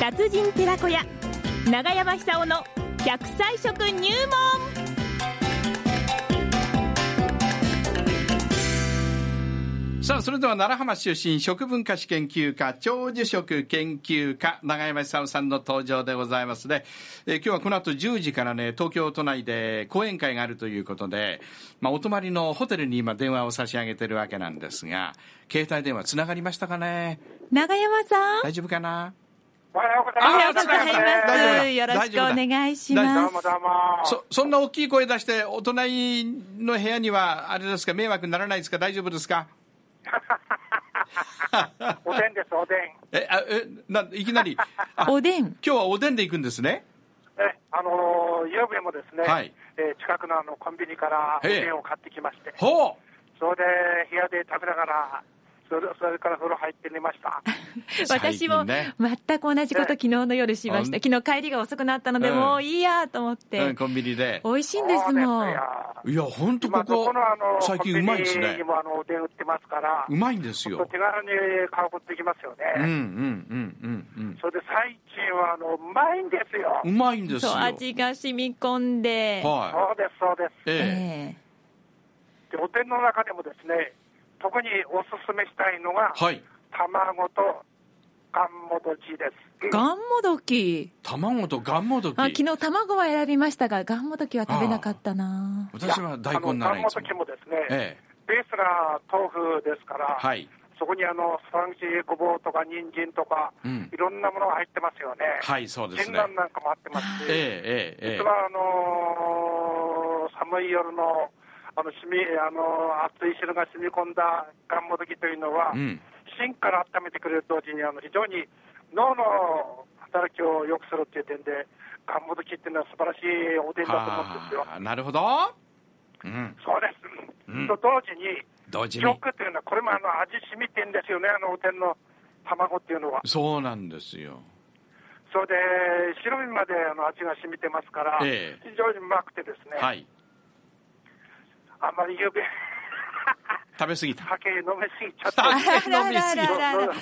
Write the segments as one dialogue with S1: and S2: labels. S1: 達人寺子屋長山久夫の100歳食入門
S2: さあ、それでは奈良浜出身食文化史研究家、長寿食研究家、永山久夫さんの登場でございますね。えー今日はこの後10時からね、東京都内で講演会があるということで、まあ、お泊まりのホテルに今電話を差し上げてるわけなんですが、携帯電話つながりましたかね
S1: 長山さん
S2: 大丈夫かな
S3: おはようござ
S1: おはいよう
S3: ま
S1: ご
S3: す。
S1: ざい
S2: 大丈夫
S1: ま
S2: だ
S1: すよろしくお願いし
S3: ど
S1: ま
S3: うも
S1: す
S3: どうも。
S2: そ、そんな大きい声出して、お隣の部屋には、あれですか、迷惑にならないですか大丈夫ですか
S3: おでんです、おでん。
S2: え、あ、え、なん、いきなり。 あ
S1: おでん
S2: 今日はおでんで行くんですね。
S3: え、あのー、ゆうべもですね、
S2: はい
S3: えー近くのあのコンビニからお
S2: ええ
S3: でんを買ってきまして、
S2: ほう
S3: それで部屋で食べながら、それそれから風呂入って寝ました。
S1: 私も
S2: 最近ね
S1: 全く同じこと昨日の夜しました
S2: うん
S1: 昨日帰りが遅くなったので
S2: うん
S1: もういいやと思っ
S2: うん、
S1: て
S2: コンビニで。
S1: 美味しいんですも
S3: そうんよ
S2: いや、本当
S3: 今
S2: こ
S3: ど
S2: こ
S3: このあの、
S2: 最近うまいです
S3: コンビニ
S2: ね
S3: に。もあのおでん売ってますから、
S2: うまいんです
S3: ほん
S2: よ
S3: と。手軽に買うことできますよ
S2: うんうん
S3: ね。
S2: うんうん
S3: それで最近はあの、うまいんですよ。
S2: うん。うまいんですよ。
S1: そう
S2: はい。
S1: 味が染み込んで
S3: そうです、そうです。
S1: ええ
S2: ええ。
S3: でおでんの中でもですね特におすすめしたいのが、
S2: はい。
S3: 卵とがんもどきです
S1: がんもどき
S2: 卵とがんもど
S1: あ昨
S2: き。
S1: 日卵は選びましたががんもどきは食べなかったな
S2: 私は大根ならい
S3: いやあのがんも
S2: つ
S3: ど
S2: も
S3: き。もですね、
S2: ええ。
S3: ベースが豆腐ですから、
S2: はい。
S3: そこにあのスパンジごぼうとか人参とか、
S2: うん
S3: いろんなものが入ってますよね、
S2: はい、そうです
S3: 銀
S2: ね。
S3: 杏なんかもあってますし、
S2: えええええ
S3: 実はあのー寒い夜のあのしみあの熱い汁が染み込んだがんもどきというのは、
S2: え。うん。
S3: 芯から温めてくれると同時にあの非常に脳の働きを良くするっていう点で、ガンモドキっていうのは素晴らしいおでんだと思うんですよ
S2: は。あ、なるほど。うん。
S3: そうです。
S2: うん
S3: と同時に、
S2: 同時
S3: 記
S2: に。
S3: 憶っていうのは、これもあの味染みてんですよね、あのおでんの卵っていうのは。
S2: そうなんですよ。
S3: それで、白身まであの味が染みてますから、
S2: ええ
S3: 非常にうまくてですね、
S2: はい。
S3: あんまりゆうべ、
S2: 食べ過ぎた。
S3: 酒飲めすぎちゃ
S2: あ
S3: って。
S1: あららららら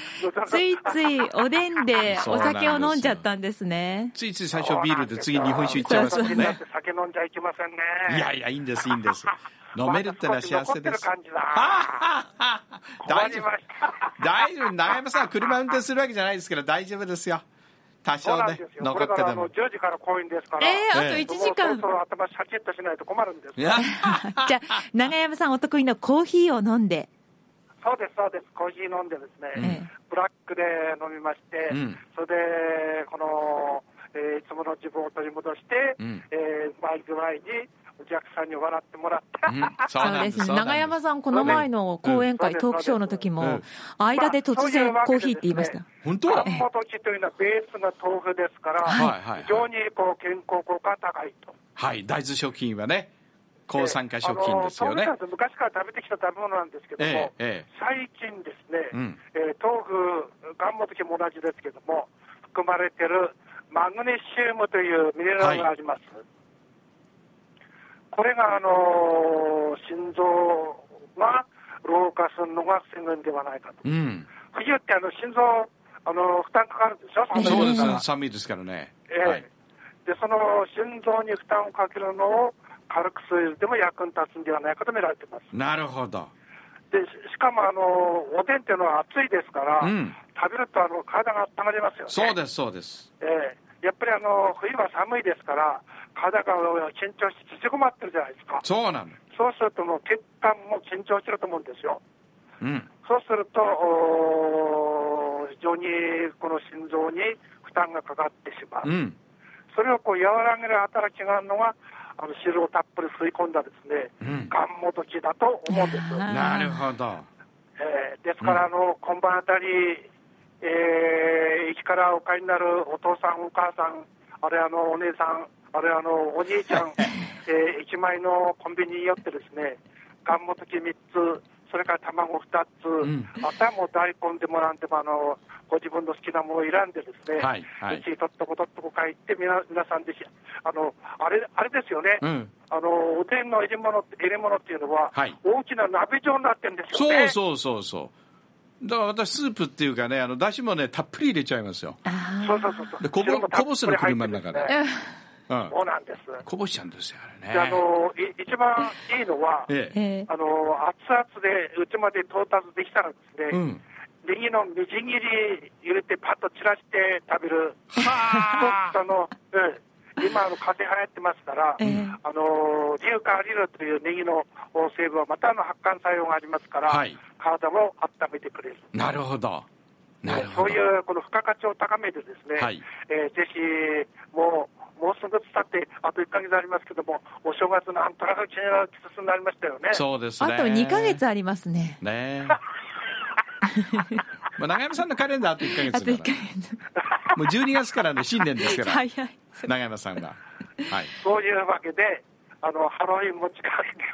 S1: ついついおでんで
S2: そう
S1: お
S2: なんです
S1: 酒
S2: よ
S1: を飲んじゃったんですね
S2: ついつい最初ビールで次日本酒いっちゃいますもん
S3: そうそう
S2: ね
S3: そう。酒飲んじゃいけませんね。
S2: いやいや、いいんです、いいんです。飲めるってのは幸せです。
S3: まだ少し残ってる感じだ
S2: ああああ
S3: 困
S2: 大
S3: り
S2: 丈
S3: ま
S2: 夫。
S3: した。
S2: 大丈夫。長山さん、車運転するわけじゃないですから、大丈夫ですよ。多
S3: そう
S2: 少
S3: なん
S2: ね
S3: です、よ。こ
S2: 残
S3: れ
S2: っ
S3: か
S2: て
S3: ら
S2: で
S3: あの
S2: も
S3: 10。時から公演ですから。
S1: えー、あと
S2: ええ
S1: 1
S3: もう
S1: 時間
S3: そろそろ頭シャキッとしないと困るんです。
S2: いや
S1: じゃあ長山さんお得意のコーヒーを飲んで
S3: そうです、そうです。コーヒー飲んでですね、ブラックで飲みまして、
S2: うん
S3: それで、この、えーいつもの自分を取り戻して、
S2: うん
S3: えー、うまい具合にお客さんに笑ってもらった。
S2: うんそうなんです。そうなん
S1: 長山
S2: です
S1: さんこの前の講演会、
S3: うん
S1: トークショーの時も、
S2: うん
S1: 間で突然
S3: まあ
S1: コ
S3: そう
S1: ー
S3: い
S1: ヒーっ
S3: うわけでですね
S1: て言いました、
S2: 本当
S3: あんもどきというのはベースが豆腐ですから、
S2: はいはいはい
S3: 非常にこう健康効果が高いと。
S2: はい、大豆食品はね、抗酸化食品ですよね
S3: あ。の豆腐なんて昔から食べてきた食べ物なんですけども、
S2: ええええ
S3: 最近ですね、
S2: うん
S3: えー豆腐、がんもどきも同じですけども、含まれてるマグネシウムというミネラルがあります。これが、あのー心臓が老化するのが防ぐんではないかと。
S2: うん。
S3: 冬ってあの心臓、あの負担かかるでしょ、
S1: ええ
S2: そう
S3: 寒い
S2: です
S3: から
S2: ね、寒いですからね。はい。
S3: ええでその心臓に負担をかけるのを軽くするでも役に立つんではないかと見られてます。
S2: なるほど。
S3: でししかもあのおでんっていうのは熱いですから、
S2: うん
S3: 食べるとあの体が温まりますよね。
S2: そうです、そうです。
S3: ええやっぱりあの冬は寒いですから体が緊張して縮こまってるじゃないですか。
S2: そうなの。
S3: そうするともう血管も緊張してると思うんですよ。
S2: うん。
S3: そうするとおー非常にこの心臓に負担がかかってしまう。
S2: うん。
S3: それをこう和らげる働きがあるのがあの汁をたっぷり吸い込んだですね、
S2: うん
S3: がんもどきだと思うんです。
S1: あー
S2: なるほど。
S3: えーですから、あの今晩あたり、えー駅からお帰りになるお父さん、お母さん、あれあのお姉さん、あれあのお兄ちゃ ん、えー駅前のコンビニに寄ってですね、がんもとき3つ、それから卵2つ、
S2: ん
S3: あとはもう大根でもなんでもあの、ご自分の好きなものを選んでですね、
S2: はいはいう
S3: ちにとっとことっとこ帰って、みな皆さんでしあのあれ、あれですよね。
S2: うん。
S3: あのおでんの入れ物入れ物っていうのは、
S2: はい
S3: 大きな鍋状になってるんですよ
S2: そ
S3: ね。
S2: うそうそうそう。だから私スープっていうかねあのだしもねたっぷり入れちゃいますよ、
S3: そ
S1: あ
S3: うそうそうそう。
S2: でこぼ
S3: 汁もたっ
S2: こぼすの
S3: ぷり入って
S2: 車の中で
S3: ですね
S1: あ。
S2: うん、
S3: そうなんです。
S2: こぼしちゃうんですよあれ
S3: で
S2: ね
S3: あのい一番いいのは、
S2: ええ
S1: ええ
S3: あの熱々でうちまで到達できたらですね、
S2: うん
S3: 右のみじん切り入れてパッと散らして食べる。
S2: はあ
S3: その、うん今あの風邪流行ってますから、
S1: ええ
S3: あの硫化アリルというネギの成分はまたあの発汗作用がありますから、
S2: はい
S3: 体も温めてくれる。
S2: なるほどなるほ
S3: そう
S2: ど
S3: いうこの付加価値を高めてですね、
S2: はい
S3: えーぜひもう、もうすぐ伝って、あと1ヶ月ありますけども、お正月のあんたらの季節になりましたよね。
S2: そうです
S1: あ
S2: ね
S1: と2ヶ月ありますね。
S2: ねえ まあ長山さんのカレンダーあと1ヶ月だ
S1: あ
S2: か
S1: と
S2: ら
S1: 1ヶ
S2: もう12月からね新年ですか
S1: 月。
S2: ら
S1: 早い。
S2: 長山さんがはい
S3: そういうわけで、あのハロウィンも近いで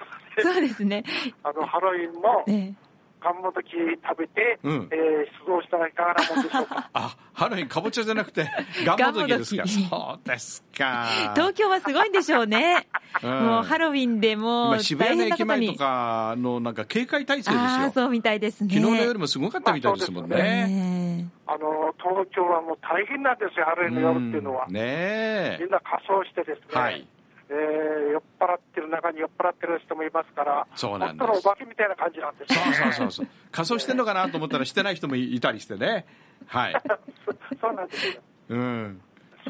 S3: す
S1: そうですね。
S3: あのハロウィンも
S1: え
S3: 寒本き食べて、
S2: うん
S3: えー出動したらいかがなもんでしょ うか。
S2: あハロウィンかぼちゃじゃなくてガンモドキですか
S1: ガン
S2: そうです
S1: え
S2: か
S1: 東京はすごいんでしょうね。
S2: うん
S1: もうハロウィンでも
S2: 今
S1: う
S2: 渋
S1: 大
S2: 谷の
S1: 変なこ
S2: 駅
S1: と
S2: 前と
S1: に。
S2: かのなんか警戒態勢ですよ
S1: ああ、
S2: 昨
S1: そうみたいですね。
S2: 日の夜もすごかったみたいですもん
S3: まあ
S2: ね、
S1: ね
S3: あの東京はもう大変なんですよ、ハロウィンの夜っていうのは。
S2: うんね
S3: みんな仮装してですね、
S2: はい
S3: えー酔っ払ってる中に酔っ払ってる人もいますから、
S2: そうなんです
S3: 本当のお化けみたいな感じなんですよ
S2: えそうそうそう仮装してんのかなと思ったらしてない人もいたりしてねはい
S3: そそうなんですよ。
S2: うん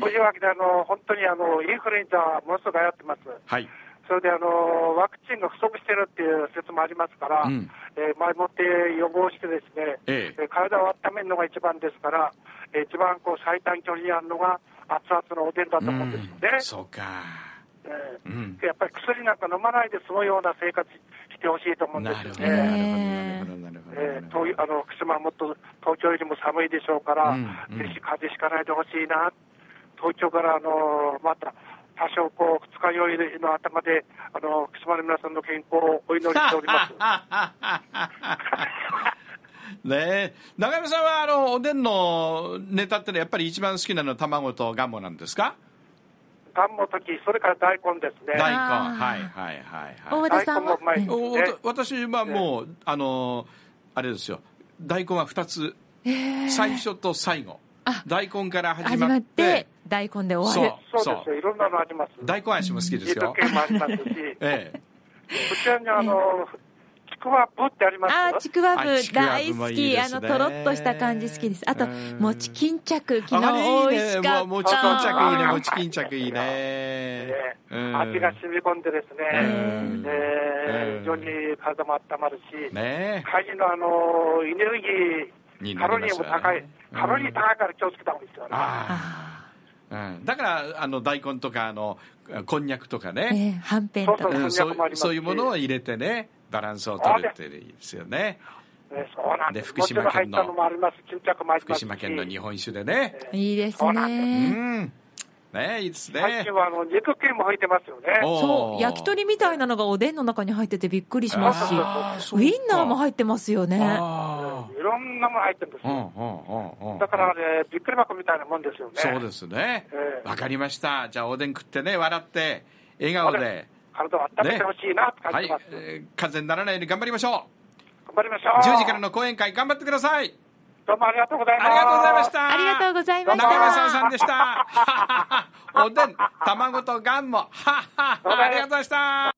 S3: そういうわけで、あの本当にあのインフルエンザはものすごく流行ってます。
S2: はい
S3: それであのワクチンが不足してるっていう説もありますから、
S2: うん
S3: えー前もって予防してですね、
S2: ええ
S3: ー体を温めるのが一番ですから、えー一番こう最短距離にあるのが熱々のおでんだと
S2: う
S3: 思うんです
S2: ん
S3: よね。
S2: そうか
S3: えー
S2: うん
S3: やっぱり薬なんか飲まないで済むような生活してほしいと思うんで
S2: なるほ
S3: す
S2: ど
S3: よ
S2: な
S3: ね。
S2: るほどなるほどな
S3: えー
S2: るほどなるほ
S3: 東
S2: ど
S3: あの福島はもっと東京よりも寒いでしょうから、
S2: うんうん。
S3: ぜひ風邪ひかないでほしいな、東京から、あのーまた多少こう二日酔いの頭で、あのー福島の皆さんの健康をお祈りしております
S2: ねえ中山さんはあのおでんのネタってのはやっぱり一番好きなのは卵とガンモなんですか
S3: ガンモトキ、それから大根ですね。
S2: 大根
S1: あー
S2: はいはいはい
S1: え大
S2: は
S1: 和
S2: い
S1: 田さんは
S3: 大根もうまい
S2: おお
S3: ね
S2: 私はもうあのあれですよ大根は2つ最初と最後
S1: あ
S2: 大根から始
S1: 始
S2: ま
S1: ま
S2: っ
S1: ってて大根で終わる。
S3: そう
S2: そう
S3: ですよ、いろんなのあります。
S2: 大根味も好きです
S3: 肉
S2: よ
S3: 系もありますし、
S2: ええ
S3: こちらにあのーちくわぶってあります
S1: あーちくわ
S2: あ
S1: ぶ
S2: ちくわ
S1: 大
S2: ぶも
S1: 好
S2: いい
S1: き
S2: です
S1: あ
S2: ね
S1: のとろっとした感じ好きですあと
S2: うん
S1: 餅巾着昨
S2: あ
S1: 日
S2: ー
S1: 美
S2: いい
S1: 味し
S2: ね
S1: か
S2: も
S1: っ
S2: う
S1: た
S2: もうチキン着いいねもうチキン着い
S3: あー
S2: いね
S3: ね
S2: うん
S3: 味が染み込んでですね、
S2: うんう
S3: えー
S2: ん
S3: 非常に体も温まるし、
S2: ね
S3: カニのあのエネルギ
S2: に
S3: ー、
S2: な
S3: カ
S2: りま
S3: ロリー
S2: すよ
S3: も
S2: ね
S3: 高い、
S2: うん
S3: カロリー高いから気をつけた方がいいですよね。
S2: ああ、うん、だからあの大根とかあのこんにゃくとか
S1: ええ
S2: ね、
S1: はんぺんと
S3: そう
S1: か
S3: そう
S2: うん、そ
S3: こんにゃくもあ
S2: う
S3: りますし
S2: そういうものを入れてねバランスを取るっていいですよね
S3: ねそうなんです。
S2: で福島
S3: もちろん
S2: 県の
S3: 入ったのもあります、巾着もありま
S2: 福
S3: すし。
S2: 島県の日本酒でね
S1: いいです
S3: そうなん
S2: う
S1: ね
S2: んねいいです
S3: 最
S2: ね
S3: 近はあの肉系も入ってますよね。
S2: お
S1: そう焼き鳥みたいなのがおでんの中に入っててびっくりしますしウ
S2: あーそうか
S1: インナーも入ってますよね
S2: あ
S3: いろんなもの入ってるんです
S2: あうん
S3: よ。
S2: うんうんうん
S3: だからね、びっくり箱みたいなもんですよね。
S2: そうですね
S3: ええ
S2: わかりましたじゃあおでん食ってね笑って笑顔で
S3: 体を温めてほしいなって感
S2: は
S3: じ
S2: い
S3: ます。
S2: えー風邪にならないように頑張りましょ
S3: 頑張りましょ
S2: う
S3: う。
S2: 10時からの講演会頑張ってください
S3: どうもありがとうございます。
S2: ありがとうございました
S1: ありがとうございまし
S2: 中山さん
S1: た
S2: さんでした。おでん、卵とガンも。ありがとうございました。